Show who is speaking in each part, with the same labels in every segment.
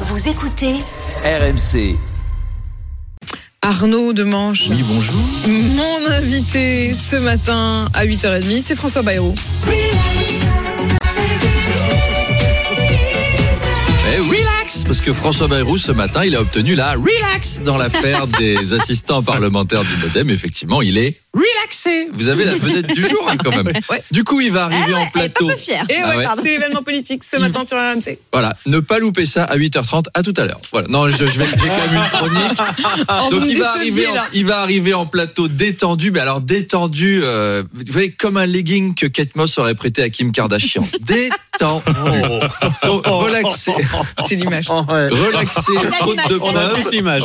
Speaker 1: Vous écoutez
Speaker 2: RMC.
Speaker 3: Arnaud de Manche,
Speaker 2: Oui, bonjour.
Speaker 3: mon invité ce matin à 8h30, c'est François Bayrou.
Speaker 2: Eh, relax Parce que François Bayrou, ce matin, il a obtenu la relax dans l'affaire des assistants parlementaires du Modem. Effectivement, il est relaxé. Vous avez la vedette du jour, hein, quand même.
Speaker 3: Ouais.
Speaker 2: Du coup, il va arriver en plateau.
Speaker 3: Et Eh ouais,
Speaker 2: Ah ouais.
Speaker 3: c'est l'événement politique ce matin sur RMC.
Speaker 2: Voilà, ne pas louper ça à 8h30. À tout à l'heure. Voilà. Non, je, je vais, j'ai quand même une chronique.
Speaker 3: Oh, vous
Speaker 2: Ah, Donc
Speaker 3: me
Speaker 2: il va,
Speaker 3: déceviez,
Speaker 2: arriver en,
Speaker 3: là.
Speaker 2: il va arriver en plateau détendu, mais alors détendu, euh, vous voyez, comme un legging que Kate Moss aurait prêté à Kim Kardashian. Détendu.
Speaker 3: Oh.
Speaker 2: Donc, relaxé,
Speaker 3: J'ai l'image.
Speaker 2: relaxé, faute de preuves.
Speaker 4: l'image.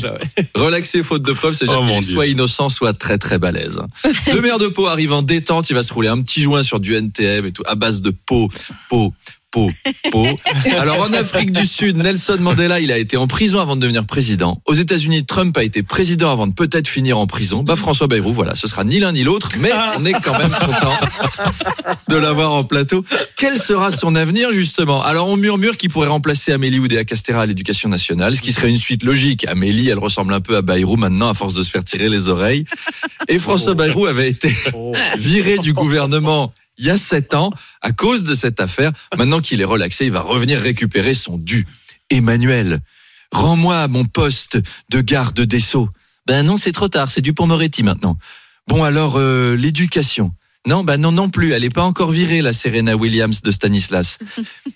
Speaker 2: Relaxé, faute de preuves, c'est-à-dire
Speaker 4: Oh, mon
Speaker 2: qu'il
Speaker 4: Dieu.
Speaker 2: soit innocent, soit très très balèze. Le maire de Pau arrive en détente, il va se rouler un petit joint sur du NTM et tout, à base de peau, peau. peau, peau. Alors en Afrique du Sud, Nelson Mandela, il a été en prison avant de devenir président. Aux États-Unis, Trump a été président avant de peut-être finir en prison. Bah François Bayrou, voilà, ce sera ni l'un ni l'autre, mais on est quand même content de l'avoir en plateau. Quel sera son avenir justement Alors on murmure qu'il pourrait remplacer Amélie Oudéa Castéra à l'éducation nationale, ce qui serait une suite logique. Amélie, elle ressemble un peu à Bayrou maintenant à force de se faire tirer les oreilles. Et François Bayrou avait été viré du gouvernement il y a sept ans à cause de cette affaire. Maintenant qu'il est relaxé, il va revenir récupérer son dû. Emmanuel, rends-moi à mon poste de garde des Sceaux. Ben non, c'est trop tard, c'est du Moretti maintenant. Bon alors, euh, l'éducation. Non, ben non, non plus, elle n'est pas encore virée, la Serena Williams de Stanislas.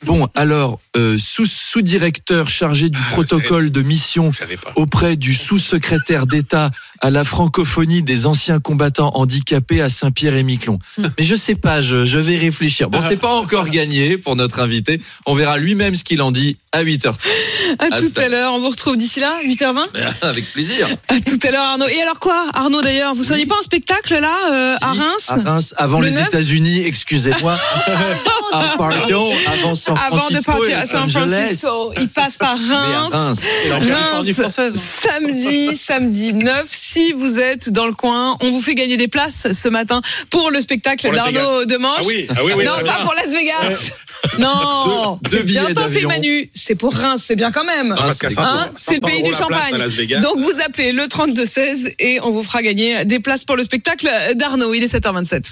Speaker 2: Bon, alors, euh, sous- sous-directeur chargé du protocole de mission auprès du sous-secrétaire d'État à la francophonie des anciens combattants handicapés à Saint-Pierre-et-Miquelon.
Speaker 3: Hmm.
Speaker 2: Mais je sais pas, je, je vais réfléchir. Bon, c'est pas encore gagné pour notre invité. On verra lui-même ce qu'il en dit à 8h30.
Speaker 3: À
Speaker 2: À
Speaker 3: tout
Speaker 2: tout à
Speaker 3: à l'heure, on vous retrouve d'ici là, 8h20.
Speaker 2: Avec plaisir.
Speaker 3: À tout à l'heure, Arnaud. Et alors quoi, Arnaud d'ailleurs, vous seriez pas en spectacle là, euh, à
Speaker 2: Si,
Speaker 3: Reims
Speaker 2: À Reims, avant
Speaker 3: Le
Speaker 2: les
Speaker 3: neuf
Speaker 2: États-Unis, excusez-moi. ah, pardon, avant San
Speaker 3: Avant de
Speaker 2: Francisco et
Speaker 3: partir à
Speaker 2: Los
Speaker 3: San
Speaker 2: Angeles.
Speaker 3: Francisco, il passe par
Speaker 2: Mais à
Speaker 3: Reims.
Speaker 2: Reims.
Speaker 3: Reims,
Speaker 2: hein.
Speaker 3: samedi, samedi 9. Si vous êtes dans le coin, on vous fait gagner des places ce matin pour le spectacle
Speaker 4: Pour Las
Speaker 3: d'Arnaud Demanche.
Speaker 4: Ah oui, ah oui, oui.
Speaker 3: non,
Speaker 4: très
Speaker 3: pas
Speaker 4: bien.
Speaker 3: pour Las Vegas. Non,
Speaker 2: Deux- deux
Speaker 3: c'est bien
Speaker 2: billets
Speaker 3: tenté
Speaker 2: d'avion.
Speaker 3: Manu, c'est pour Reims, c'est bien quand même.
Speaker 2: Reims, c'est-
Speaker 3: Hein, c'est le pays du
Speaker 4: 500 euros la place
Speaker 3: champagne.
Speaker 4: à Las Vegas.
Speaker 3: Donc vous appelez le 3216 et on vous fera gagner des places pour le spectacle d'Arnaud. Il est 7h27.